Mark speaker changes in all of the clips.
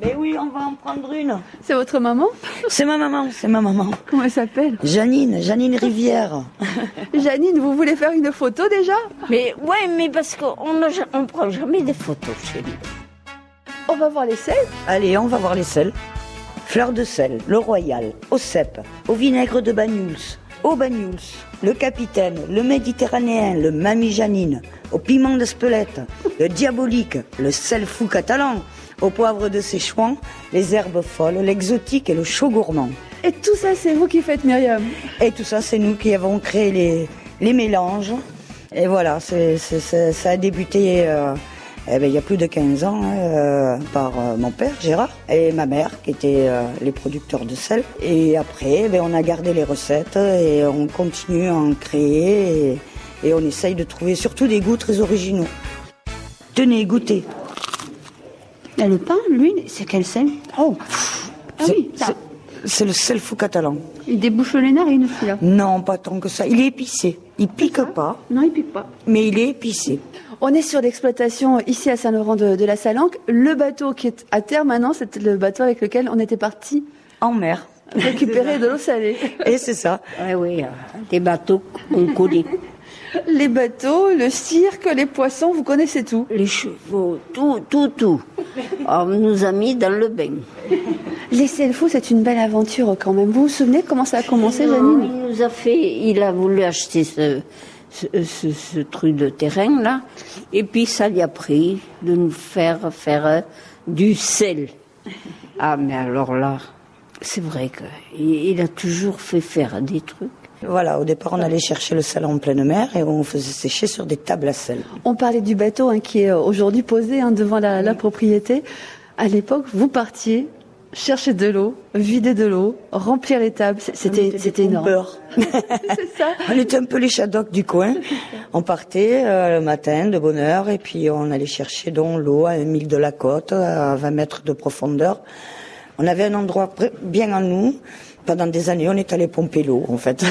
Speaker 1: Mais oui, on va en prendre une.
Speaker 2: C'est votre maman
Speaker 1: C'est ma maman, c'est ma maman.
Speaker 2: Comment elle s'appelle
Speaker 1: Janine, Janine Rivière.
Speaker 2: Janine, vous voulez faire une photo déjà
Speaker 3: Mais ouais, mais parce qu'on ne on prend jamais des photos chez lui.
Speaker 2: On va voir les selles.
Speaker 1: Allez, on va voir les sels. Fleur de sel, le royal, au cep, au vinaigre de Banyuls, au Banyuls, le capitaine, le méditerranéen, le mamie Janine, au piment d'Espelette, le diabolique, le sel fou catalan, au poivre de Séchouan, les herbes folles, l'exotique et le chaud gourmand.
Speaker 2: Et tout ça, c'est vous qui faites, Myriam.
Speaker 1: Et tout ça, c'est nous qui avons créé les, les mélanges. Et voilà, c'est- c'est- c'est- ça a débuté euh, eh ben, il y a plus de 15 ans hein, euh, par euh, mon père, Gérard, et ma mère, qui étaient euh, les producteurs de sel. Et après, eh ben, on a gardé les recettes et on continue à en créer et, et on essaye de trouver surtout des goûts très originaux. Tenez, goûtez.
Speaker 4: Et le pain, l'huile, c'est quel sel
Speaker 1: Oh,
Speaker 4: Ah
Speaker 1: C'est-
Speaker 4: oui, ça.
Speaker 1: c'est- c'est le sel fou catalan.
Speaker 4: Il débouche les narines, celui-là.
Speaker 1: Non, pas tant que ça. Il est épicé. Il
Speaker 2: Ah.
Speaker 1: pique pas,
Speaker 4: Non, il pique pas.
Speaker 1: mais il est épicé.
Speaker 2: On est sur l'exploitation ici à Saint-Laurent de, de la Salanque. Le bateau qui est à terre maintenant, c'est le bateau avec lequel on était parti
Speaker 1: En mer.
Speaker 2: récupérer de l'eau salée.
Speaker 1: Et c'est ça.
Speaker 3: Ouais, oui, euh, des bateaux qu'on connaît.
Speaker 2: Les bateaux, le cirque, les poissons, vous connaissez tout.
Speaker 3: Les chevaux, tout, tout, tout. Ah, On nous a mis dans le bain.
Speaker 2: Les Selfos, c'est une belle aventure quand même. Vous vous souvenez comment ça a commencé,
Speaker 3: Non,
Speaker 2: Janine
Speaker 3: Il nous a fait, il a voulu acheter ce, ce, ce- ce truc de terrain là, et puis ça lui a pris de nous faire faire euh, du sel. Ah mais alors là, c'est vrai qu'il il a toujours fait faire des trucs.
Speaker 1: Voilà, au départ, on allait chercher le sel en pleine mer et on faisait sécher sur des tables à sel.
Speaker 2: On parlait du bateau hein, qui est euh, aujourd'hui posé hein, devant la, la propriété. À l'époque, vous partiez chercher de l'eau, vider de l'eau, remplir les tables. C- C'était c'était énorme.
Speaker 1: Beurre. on était un peu les chadocs du coin. On partait euh, le matin de bonne heure et puis on allait chercher dans l'eau à 1 mille de la côte, à 20 mètres de profondeur. On avait un endroit pr- bien en nous. Pendant des années, on est allé pomper l'eau, en fait.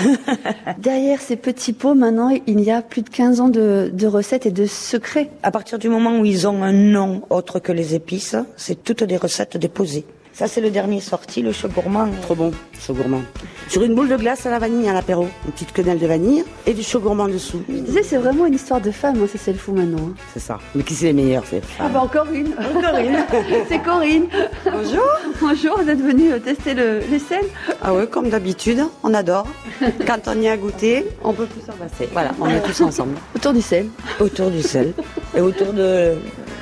Speaker 2: Derrière ces petits pots, maintenant, il y a plus de 15 ans de, de recettes et de secrets.
Speaker 1: À partir du moment où ils ont un nom autre que les épices, c'est toutes des recettes déposées. Ça, c'est le dernier sorti, le chou gourmand.
Speaker 5: Trop bon, chaud gourmand. Sur une boule de glace à la vanille à l'apéro, une petite quenelle de vanille et du chaud gourmand dessous.
Speaker 2: Je disais, c'est vraiment une histoire de femme, hein, c'est celle fou maintenant. hein.
Speaker 5: C'est ça. Mais qui c'est les meilleurs c'est
Speaker 2: Ah bah encore une C'est Corinne Bonjour Bonjour, vous êtes venue euh, tester le, les sels
Speaker 5: Ah ouais, comme d'habitude, on adore. Quand on y a goûté, on peut plus s'en passer. Voilà, on est tous ensemble.
Speaker 2: autour du sel.
Speaker 1: Autour du sel et autour de,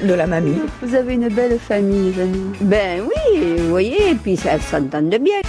Speaker 1: de la mamie.
Speaker 2: Vous avez une belle famille, les amis.
Speaker 3: Ben oui, vous voyez, et puis ça s'entendait bien.